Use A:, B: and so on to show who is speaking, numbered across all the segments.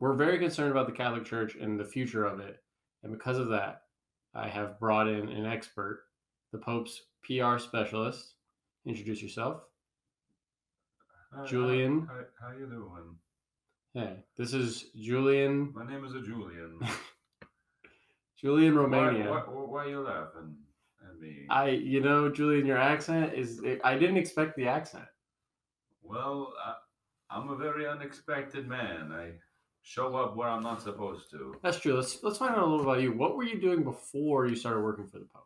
A: very concerned about the Catholic Church and the future of it. And because of that, I have brought in an expert, the Pope's PR specialist. Introduce yourself.
B: Hi, hi,
A: Julian.
B: Hi, how you doing?
A: Hey, this is Julian.
B: My name is a Julian.
A: Julian
B: why,
A: Romania.
B: why, why are you laughing at me?
A: I, you know, Julian, your accent is. I didn't expect the accent.
B: Well, I, I'm a very unexpected man. I show up where I'm not supposed to.
A: That's true. Let's let's find out a little about you. What were you doing before you started working for the Pope?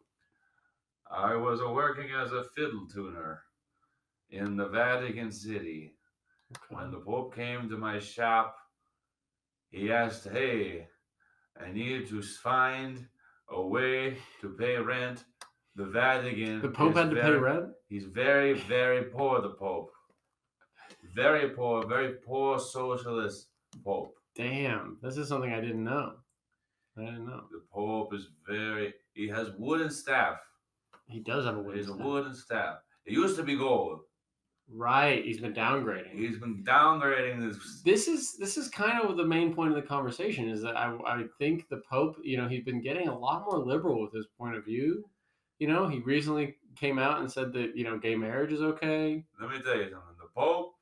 B: I was uh, working as a fiddle tuner in the Vatican City. When the Pope came to my shop, he asked, Hey, I need to find a way to pay rent. The Vatican.
A: The Pope
B: is
A: had to pay
B: very-
A: rent.
B: He's very, very poor, the Pope. Very poor, very poor socialist Pope.
A: Damn, this is something I didn't know. I didn't know.
B: The Pope is very, he has wooden staff.
A: He does have a
B: He has a
A: wooden. staff.
B: wooden staff. It used to be gold.
A: Right, he's been downgrading.
B: He's been downgrading this.
A: this is this is kind of the main point of the conversation is that I, I think the Pope, you know, he's been getting a lot more liberal with his point of view. You know, he recently came out and said that you know gay marriage is okay.
B: Let me tell you something. The Pope,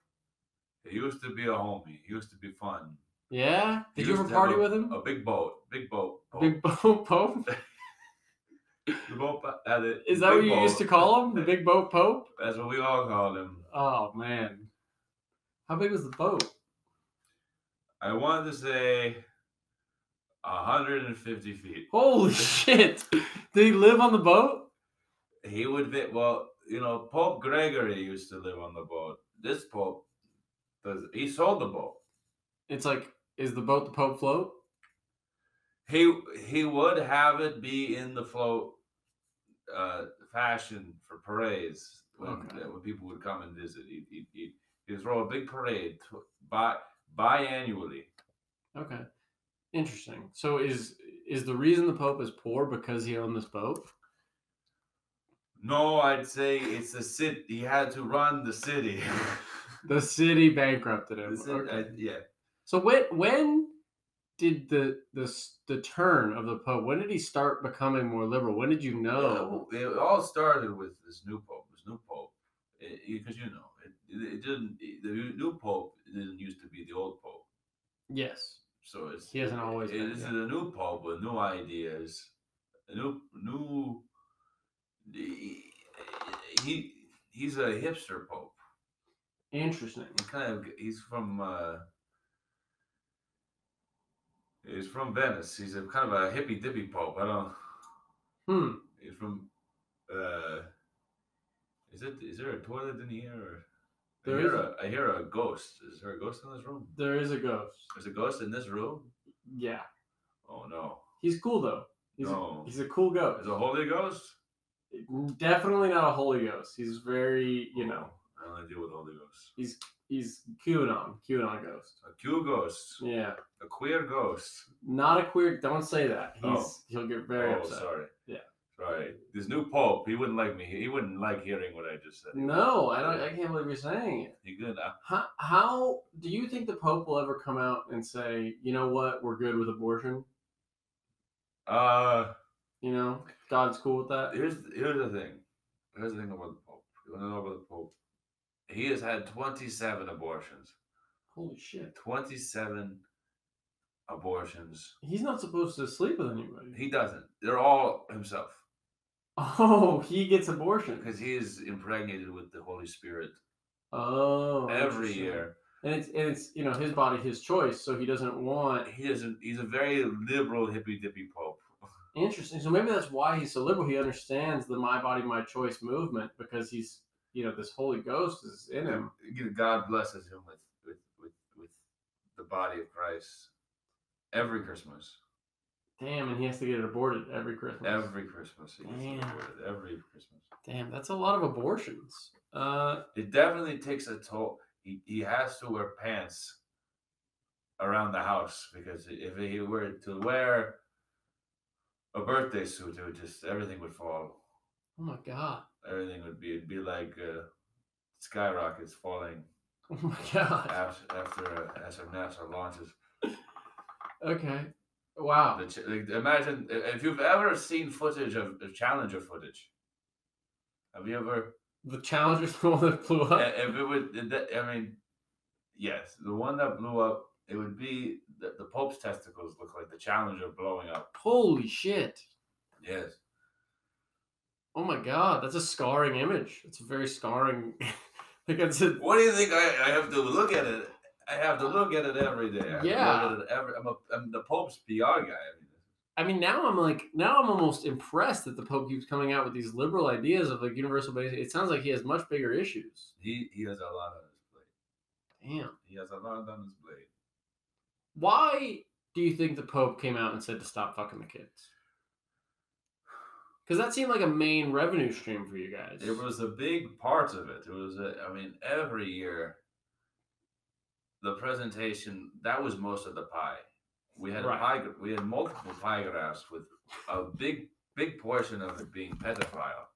B: he used to be a homie. He used to be fun.
A: Yeah,
B: He
A: did you
B: used
A: ever
B: to have
A: party
B: a-
A: with him?
B: A big boat. Big boat. Pope.
A: Big boat Pope?
B: The Pope had a
A: Is that
B: big
A: what you used to
B: boat.
A: call him? The big boat Pope?
B: That's what we all called him.
A: Oh man, how big was the boat?
B: I wanted to say 150 feet.
A: Holy shit! Did he live on the boat?
B: He would be well, you know, Pope Gregory used to live on the boat. This Pope does he sold the boat.
A: It's like, is the boat the Pope float?
B: He he would have it be in the float uh fashion for parades when,
A: Okay.
B: when people would come and visit. He'd, he'd, he'd, he'd throw a big parade tw- bi biannually.
A: Okay, interesting. So is is the reason the Pope is poor because he owned this boat?
B: No, I'd say it's the city. He had to run the city.
A: The city bankrupted him.
B: The city-
A: Um, okay.
B: I- yeah.
A: So when when did the the s- the turn of the Pope? When did he start becoming more liberal? When did you know?
B: Yeah, well, it all started with this new pope. This new pope, because you know, it, it it didn't. it- the new pope didn't used to be the old pope,
A: Yes,
B: so it's
A: He hasn't always
B: It,
A: been,
B: this
A: yeah.
B: is a new pope with new ideas, a new new. He he- he's a hipster pope.
A: interesting.
B: He kind of he's from. uh He's from Venice. He's a kind of a hippy dippy pope. I don't.
A: Hmm.
B: It's from uh is it is there a toilet in here or
A: There
B: I hear
A: is.
B: a, I hear a ghost. Is there a ghost in this room?
A: There is a ghost.
B: There's a ghost in this room?
A: Yeah,
B: Oh no.
A: he's cool though. He's
B: no.
A: a, he's a cool ghost.
B: Is a holy ghost?
A: Definitely not a Holy Ghost. He's very, you know,
B: I only deal with holy ghosts.
A: he's QAnon, QAnon ghost.
B: A Q ghost.
A: Yeah,
B: A queer ghost.
A: not a queer. Don't say that. He's
B: Oh.
A: he'll get very
B: oh
A: upset.
B: sorry.
A: Yeah.
B: Sorry. This new pope, he wouldn't like me. He wouldn't like hearing what I just said.
A: No, I don't. I can't believe you're saying it.
B: He could uh,
A: How, how do you think the Pope will ever come out and say, you know what, we're good with abortion?
B: uh
A: You know, God's cool with that.
B: here's here's the thing. Here's the thing about the Pope. You wanna know about the Pope? He has had twenty seven abortions.
A: Holy shit.
B: 27 abortions.
A: He's not supposed to sleep with anybody.
B: He doesn't. They're all himself
A: Oh, he gets abortion.
B: because he is impregnated with the Holy Spirit
A: Oh,
B: every
A: interesting.
B: year.
A: And it's and it's you know his body, his choice. So he doesn't want
B: He doesn't. He's a very liberal hippy dippy pope.
A: Interesting. So maybe that's why he's so liberal. He understands the "my body, my choice" movement because he's, you know, this Holy Ghost is in him.
B: You know, God blesses him with with with with the body of Christ every Christmas.
A: Damn, and he has to get it aborted every Christmas.
B: Every Christmas. He gets
A: Damn.
B: aborted, every Christmas.
A: Damn, that's a lot of abortions. Uh,
B: It definitely takes a toll. He, he has to wear pants around the house because if he were to wear a birthday suit, it would just everything would fall.
A: oh my god,
B: Everything would be it'd be like uh, skyrockets falling
A: oh my god.
B: after after uh, after NASA launches.
A: Okay. Wow.
B: The ch- like, imagine if you've ever seen footage of of Challenger footage. Have you ever?
A: The Challenger's the one that flew up.
B: If it would, that- I mean, yes, the one that blew up. It would be the, the Pope's testicles look like the Challenger blowing up.
A: Holy shit.
B: Yes.
A: Oh my god, that's a scarring image. It's a very scarring. like that's a
B: What do you think? I, I have to look at it. I have to look at it every day. I have to look
A: Yeah.
B: at it every, I'm, a, I'm the Pope's PR guy. I mean,
A: I mean, now I'm like, now I'm almost impressed that the Pope keeps coming out with these liberal ideas of like universal basic. It sounds like he has much bigger issues.
B: he he has a lot on his plate.
A: Damn.
B: He has a lot on his plate.
A: Why do you think the Pope came out and said to stop fucking the kids? Because that seemed like a main revenue stream for you guys.
B: It was a big part of it. It was, a, I mean, every year, the presentation that was most of the pie. We had
A: Right.
B: a pie. gr- We had multiple pie graphs with a big big portion of it being pedophile.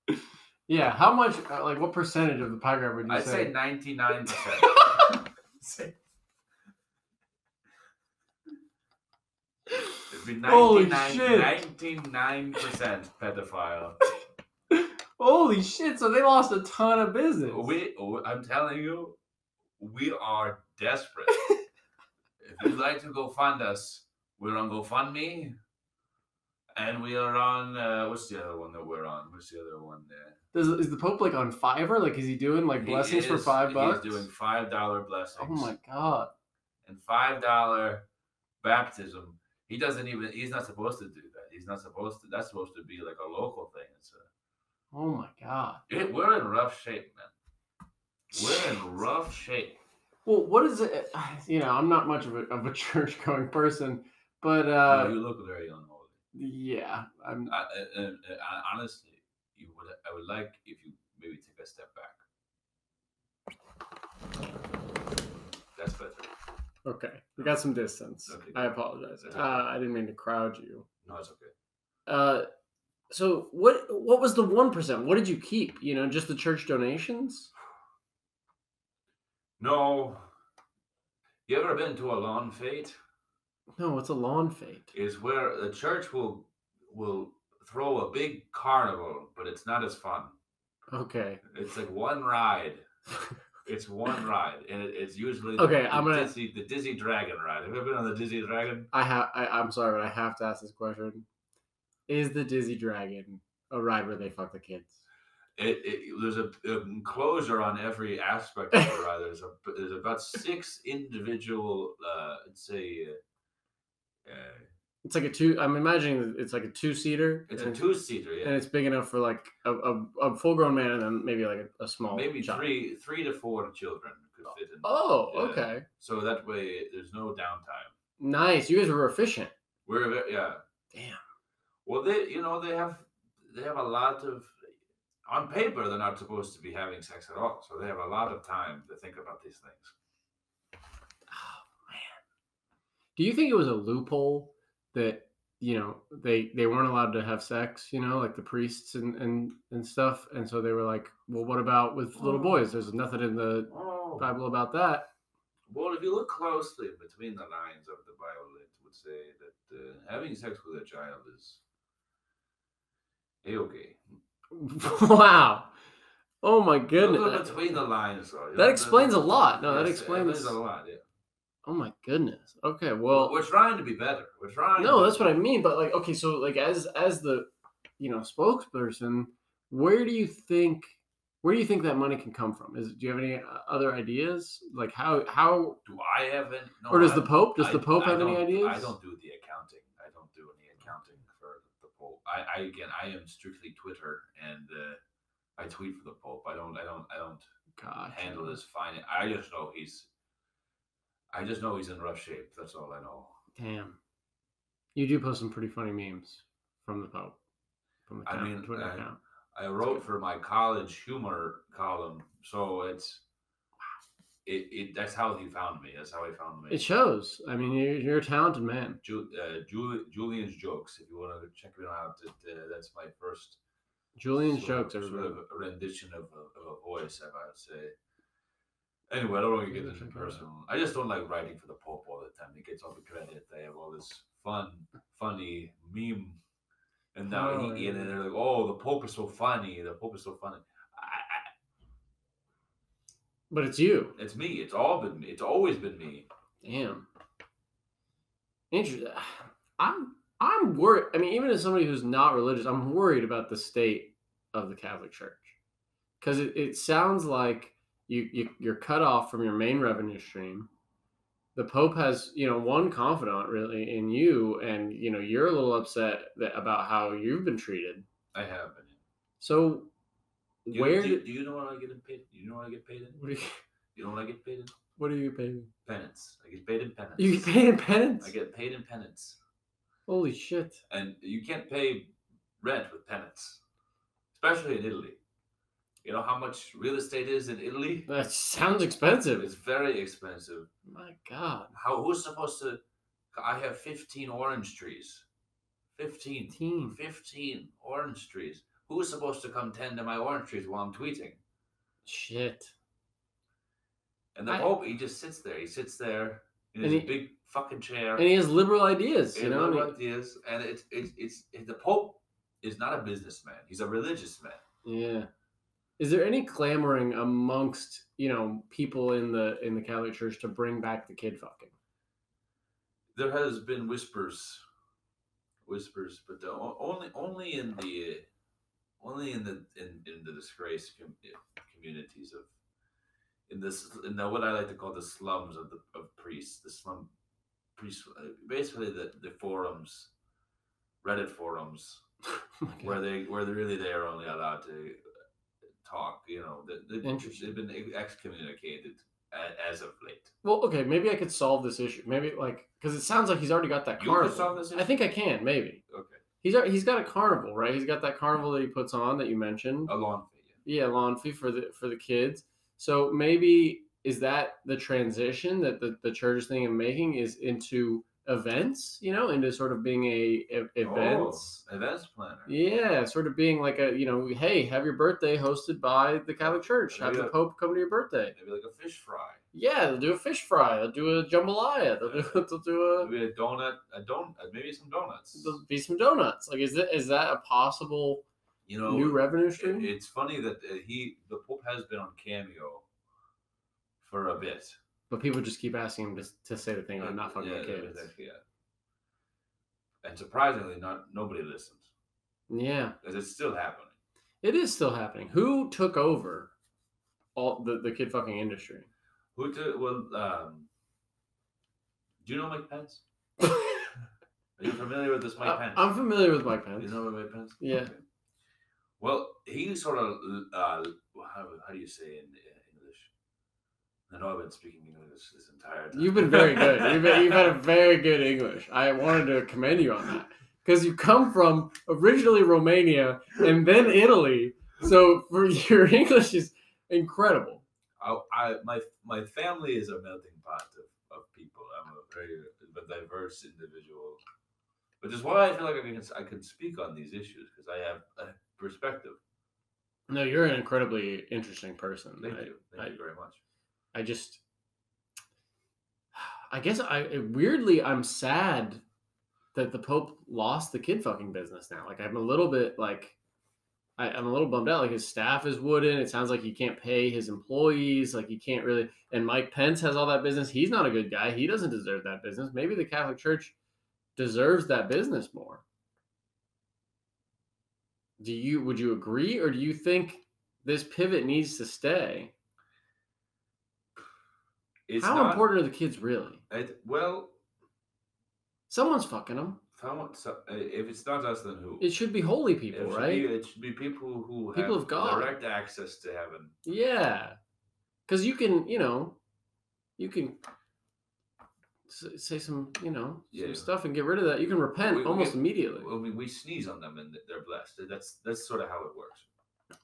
A: yeah. How much? uh, Like, what percentage of the pie graph would you
B: I'd
A: say?
B: say ninety nine percent. It'd be
A: Holy
B: 99 percent pedophile.
A: Holy shit! So they lost a ton of business.
B: We, oh, I'm telling you, we are desperate. if you'd like to go find us, we're on GoFundMe, and we are on. Uh, what's the other one that we're on? What's the other one there?
A: Does, is the Pope like on Fiverr? Like, is he doing like
B: He
A: blessings for
B: is-
A: five bucks?
B: He's doing five dollar blessings.
A: oh my god!
B: and five dollar baptism. He doesn't even. He's not supposed to do that. He's not supposed to. That's supposed to be like a local thing. It's a,
A: Oh my god!
B: it, we're in rough shape, man. We're in rough shape.
A: Well, what is it? You know, I'm not much of a, of a church going person, but
B: Uh,
A: uh,
B: you look very unholy.
A: yeah, I'm.
B: I, I, I, I, honestly, you would. I would like if you maybe take a step back. That's better.
A: Okay, we got some distance.
B: Okay.
A: I apologize.
B: That's
A: Uh,
B: okay.
A: I didn't mean to crowd you.
B: No, it's okay.
A: Uh, so what? What was the one percent? What did you keep? You know, just the church donations.
B: No. You ever been to a lawn fete?
A: No, it's a lawn fate.
B: is where the church will will throw a big carnival, but it's not as fun.
A: Okay.
B: It's like one ride. It's one ride, and it, it's usually
A: Okay,
B: The
A: I'm gonna-
B: dizzy, the dizzy dragon ride. Have you ever been on the dizzy dragon?
A: I have. I, I'm sorry, but I have to ask this question: Is the Dizzy Dragon a ride where they fuck the kids?
B: It, it there's a, a enclosure on every aspect of the ride. There's a there's about six individual, uh, let's say, uh, uh,
A: It's like a two. I'm imagining that it's like a two seater.
B: it's a two seater.
A: and
B: Yeah,
A: it's big enough for like a, a, a full grown man and then maybe like a, a small
B: maybe
A: child.
B: three three to four children could fit in.
A: Oh,
B: Yeah.
A: okay,
B: So that way, there's no downtime.
A: nice. You guys were efficient.
B: We're ve- yeah.
A: Damn.
B: Well, they you know they have they have a lot of on paper they're not supposed to be having sex at all, so they have a lot of time to think about these things.
A: Do you think it was a loophole that you know they they weren't allowed to have sex? You know, like the priests and and and stuff. And so they were like, well, what about with little
B: Oh.
A: boys? There's nothing in the
B: Oh.
A: Bible about that.
B: Well, if you look closely between the lines of the Bible, it would say that uh, having sex with a child is a okay.
A: wow. Oh my
B: Look
A: goodness.
B: at between the lines, though. you
A: that
B: know,
A: explains a lot. No, that
B: Yes, it
A: explains-
B: a lot. Yeah.
A: oh my goodness. Okay. Well,
B: we're trying to be better. We're trying.
A: No, that's what I mean. But like, okay, so like as as the you know spokesperson, where do you think where do you think that money can come from? Is do you have any uh, other ideas? Like how how
B: Do I have any? No,
A: or does
B: I-
A: the Pope does
B: I-
A: the Pope
B: I
A: have any
B: don't-
A: ideas?
B: I don't do the accounting. I don't do any accounting for the Pope. I, I again, I am strictly Twitter, and uh, I tweet for the Pope. I don't, I don't, I don't
A: Gosh.
B: handle his finance. I just know he's, I just know he's in rough shape. That's all I know.
A: Damn, you do post some pretty funny memes from the Pope from the
B: I
A: account,
B: mean,
A: Twitter
B: I-
A: account.
B: I wrote for my college humor column, so it's, it, it that's how he found me. That's how he found me.
A: It shows. I mean, you're, you're a talented man.
B: Ju- uh, Juli- Julian's jokes. If you want to check it out, that, uh, that's my first
A: Julian's
B: sort
A: jokes,
B: of- sort
A: everybody.
B: of a rendition of a, of a voice, I would say. Anyway, I don't want to get
A: Yeah,
B: into
A: check it out.
B: personal. I just don't like writing for the Pope all the time they gets all the credit. They have all this fun, funny meme. And now
A: Oh,
B: he,
A: yeah.
B: and then they're like, oh, the Pope is so funny. The Pope is so funny. I,
A: But it's you.
B: I, it's me. It's all been me. It's always been me.
A: Damn. Interesting. I'm I'm worried. I mean, even as somebody who's not religious, I'm worried about the state of the Catholic Church because it, it sounds like you, you you're cut off from your main revenue stream. The Pope has you know one confidant really in you, and you know you're a little upset that, about how you've been treated.
B: I have been.
A: So
B: Do you-
A: where do,
B: do, you- do you know what I get paid? Do you know what I get paid in?
A: what, do you,
B: You know what I get paid in?
A: what are you paying?
B: Penance. I get paid in penance.
A: You get paid in penance.
B: I get paid in penance.
A: Holy shit!
B: and you can't pay rent with penance, especially in Italy. You know how much real estate is in Italy?
A: That sounds expensive.
B: It's very expensive.
A: My God.
B: How who's supposed to? I have 15 orange trees. 15.
A: 15.
B: 15 orange trees. Who's supposed to come tend to my orange trees while I'm tweeting?
A: Shit.
B: And the
A: I-
B: Pope, he just sits there. He sits there in
A: And
B: his
A: he-
B: big fucking chair.
A: And he has liberal ideas, you
B: and
A: know?
B: know
A: and
B: what it is. And it's it's it's the Pope is not a businessman. He's a religious man.
A: he- yeah. Is there any clamoring amongst, you know, people in the in the Catholic Church to bring back the kid fucking?
B: there has been whispers, whispers, but the, o- only only in the only in the in, in the disgrace com- eh, communities of in this in the, what I like to call the slums of the of priests, the slum priests, uh, basically the the forums, Reddit forums
A: Oh my God.
B: where they where they really they are only allowed to uh, talk. You know, they, they've,
A: Interesting.
B: they've been e-, excommunicated a- as of late.
A: Well, okay, maybe I could solve this issue. Maybe like because it sounds like he's already got that
B: You could
A: carnival.
B: solve this
A: I think I can, maybe.
B: Okay,
A: He's al- he's got a carnival, right? He's got that carnival that he puts on that you mentioned.
B: a lawn fee. yeah.
A: Yeah, lawn fee for the for the kids. So maybe is that the transition that the, the church thing I'm making is into events, you know, into sort of being a, e- events.
B: Oh, events planner.
A: Yeah, sort of being like a you know, hey, have your birthday hosted by the Catholic Church. Have the
B: Yeah.
A: Pope come to your birthday.
B: Maybe like a fish fry.
A: Yeah, they'll do a fish fry. They'll do a jambalaya. They'll do they'll do a
B: Maybe a donut. A donut. Maybe some donuts.
A: there'll be some donuts. Like, is that is that a possible
B: You know,
A: new revenue stream?
B: it- it's funny that uh, he the Pope has been on cameo for a bit.
A: but people just keep asking him to, to say the thing. I'm not fucking
B: yeah,
A: with kids.
B: yeah, yeah. And surprisingly, not nobody listens.
A: Yeah.
B: 'Cause it's still happening.
A: It is still happening. Who took over all the, the kid fucking industry?
B: Who to? Well, um, do you know Mike Pence? Are you familiar with this Mike
A: I,
B: Pence?
A: am familiar with Mike Pence.
B: You know what Mike Pence?
A: Yeah.
B: Okay. Well, he sort of uh, how, how do you say in uh, English? I know I've been speaking English this entire time.
A: You've been very good. You've, been, you've had a very good English. I wanted to commend you on that because you come from originally Romania and then Italy. So for, your English is incredible.
B: I, I, my my family is a melting pot of, of people. I'm a very diverse individual, which is why I feel like I can I can speak on these issues because I have a perspective.
A: No, you're an incredibly interesting person.
B: Thank
A: I-
B: you, thank you very much.
A: I just, I guess I weirdly I'm sad that the Pope lost the kid fucking business now. Like I'm a little bit like, I, I'm a little bummed out. Like his staff is wooden. It sounds like he can't pay his employees. Like he can't really. And Mike Pence has all that business. He's not a good guy. He doesn't deserve that business. Maybe the Catholic Church deserves that business more. Do you would you agree or do you think this pivot needs to stay?
B: It's
A: How
B: not,
A: important are the kids really?
B: It, well,
A: Someone's fucking them.
B: someone, so, uh, if it's not us, then who?
A: It should be holy people,
B: it should
A: right?
B: Be, it should be people who
A: People
B: have
A: of God.
B: direct access to heaven.
A: Yeah, because you can, you know, you can s- say some, you know,
B: Yeah.
A: some stuff and get rid of that. You can repent
B: We- we
A: almost
B: get-
A: immediately.
B: I mean, we sneeze on them and they're blessed. That's that's sort of how it works.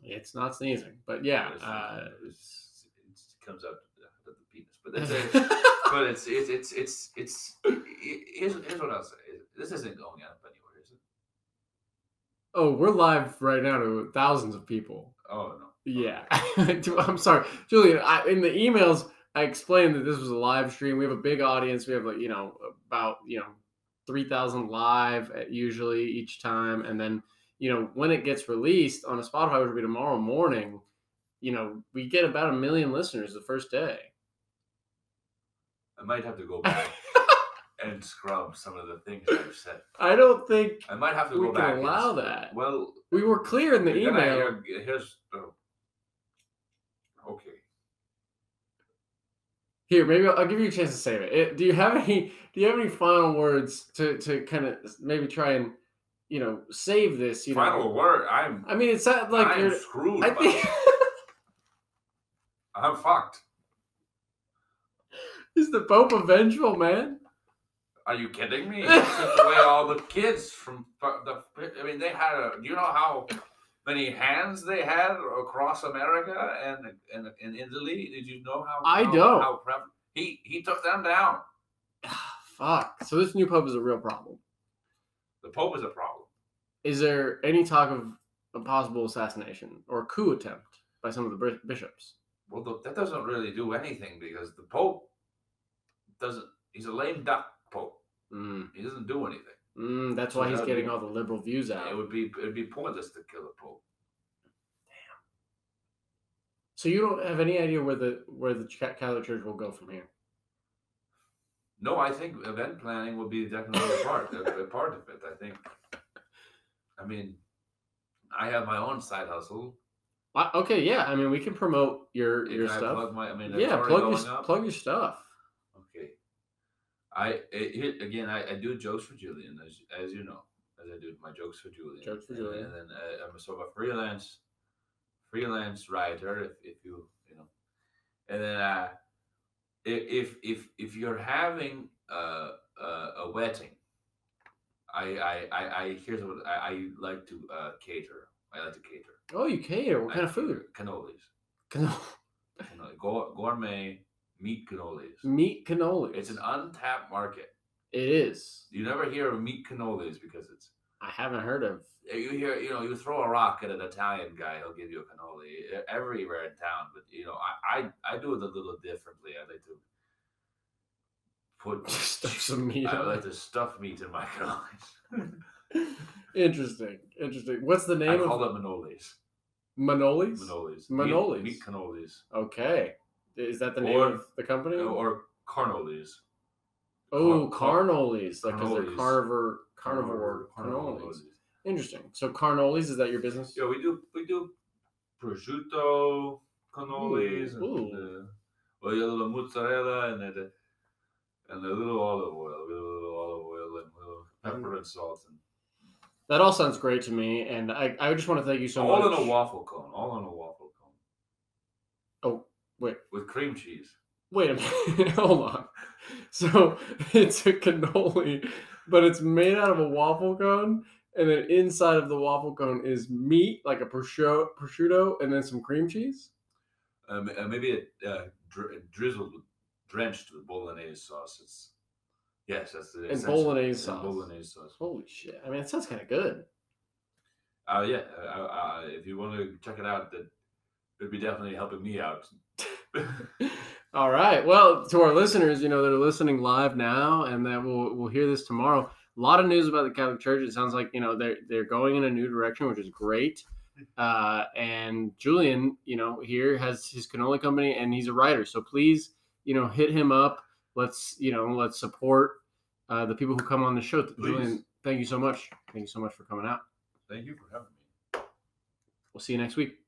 A: It's not sneezing, but yeah,
B: It's-
A: uh,
B: it's- it's- it comes out of the penis, but that's it. but it's it's it's it's it's it- it- here's, here's what I'll say. This isn't going up anywhere, is it?
A: oh, we're live right now to thousands of people.
B: Oh no.
A: Yeah, Do- I'm sorry, Julian. I, in the emails, I explained that this was a live stream. We have a big audience. We have like you know about you know three thousand live at usually each time, and then you know when it gets released on a Spotify, which will be tomorrow morning. You know we get about a million listeners the first day.
B: I might have to go back and scrub some of the things I've said.
A: I don't think
B: I might have to
A: we
B: go
A: can
B: back. and
A: allow
B: s-
A: that.
B: Well,
A: we were clear in the
B: you're gonna
A: email.
B: hear- here's the- okay.
A: Here, maybe I'll, I'll give you a chance to save it. It- Do you have any? Do you have any final words to to kind of maybe try and you know save this? You
B: Final
A: know,
B: word. I'm
A: I mean, it's not like
B: I'm
A: you're.
B: screwed.
A: I
B: by
A: think
B: this. I'm fucked.
A: is the Pope a vengeful man?
B: Are you kidding me? He took away all the kids from fu- the. I mean, they had a. Do you know how many hands they had across America and and, and Italy? Did you know how?
A: I
B: how,
A: don't.
B: How prev- he he took them down.
A: Ah, Fuck. So this new Pope is a real problem.
B: The Pope is a problem.
A: Is there any talk of a possible assassination or coup attempt by some of the Bri- bishops?
B: Well, th that doesn't really do anything because the Pope doesn't. He's a lame duck Pope.
A: Mm,
B: He doesn't do anything.
A: mm, that's
B: So
A: why he's
B: that'd
A: getting
B: be-
A: all the liberal views
B: It
A: out.
B: would be it'd be pointless to kill the Pope.
A: So you don't have any idea where the where the Ca- Catholic Church will go from here.
B: No, I think event planning will be definitely a part a, a part of it. I think. I mean, I have my own side hustle.
A: I, okay, yeah. I mean, we can promote your
B: If
A: your
B: I
A: stuff.
B: Plug my, I mean, it's
A: yeah,
B: already
A: plug
B: going
A: your
B: up.
A: plug your stuff.
B: Okay. I it, here- again, I, I do jokes for Julian, as as you know, as I do my jokes for Julian.
A: Jokes for
B: and,
A: Julian.
B: And then uh, I'm a sort of a freelance freelance writer, if, if you you know. And then uh, i- if if if you're having uh, uh, a wedding, I I I, I here's what I, I like to uh, cater. I like to cater.
A: Oh, you cater. What
B: I
A: kind of food?
B: cater Cannolis.
A: Cannoli.
B: Cannoli, gour- gourmet meat cannolis.
A: Meat cannoli.
B: It's an untapped market.
A: It is.
B: You never hear of meat cannolis because it's
A: I haven't heard of.
B: you hear you know you throw a rock at an Italian guy he'll give you a cannoli E- everywhere in town but you know I I, I do it a little differently I like to put
A: Stuff some meat
B: I
A: on
B: like
A: it.
B: to stuff meat in my cannolis
A: Interesting. Interesting. What's the
B: I
A: name
B: call
A: of
B: them manolis
A: Manoli's?
B: manolis Meat-
A: Manolis.
B: meat cannolis
A: Okay. Is that the name
B: Or-
A: of the company?
B: or carnolis
A: oh,
B: car-
A: Carnolis. Like, because they're
B: Carnolis.
A: carnivore, carnivore cannolis. Interesting. So Carnolis is that your business?
B: Yeah, we do we do prosciutto cannolis
A: Ooh,
B: and uh, well, yeah, a little mozzarella and then uh, and a little olive oil, we do a little olive oil and a little pepper and salt and
A: That all sounds great to me, and I, I just want to thank you so
B: all
A: much.
B: in a waffle cone, all in a waffle cone
A: Oh, wait.
B: with cream cheese.
A: Wait a minute, hold on. So it's a cannoli, but it's made out of a waffle cone, and then inside of the waffle cone is meat, like a prosciutto, prosciutto and then some cream cheese.
B: Um, uh, maybe it uh, dri- drizzled with, drenched with bolognese sauce. It's, yes, that's the
A: And
B: essential-
A: bolognese
B: and
A: sauce. Oh,
B: Bolognese sauce.
A: Holy shit! I mean, it sounds kind of good.
B: Uh, yeah, uh, uh, if you want to check it out, that would be definitely helping me out.
A: All right. Well, to our listeners, you know they're listening live now, and that we'll we'll hear this tomorrow. A lot of news about the Catholic Church. It sounds like you know they're they're going in a new direction, which is great. Uh, and Julian, you know, here has his cannoli company, and he's a writer. So please, you know, hit him up. Let's you know let's support uh, the people who come on the show. Julian, thank you so much. Thank you so much for Uh, coming out.
B: Thank you for having me.
A: We'll see you next week.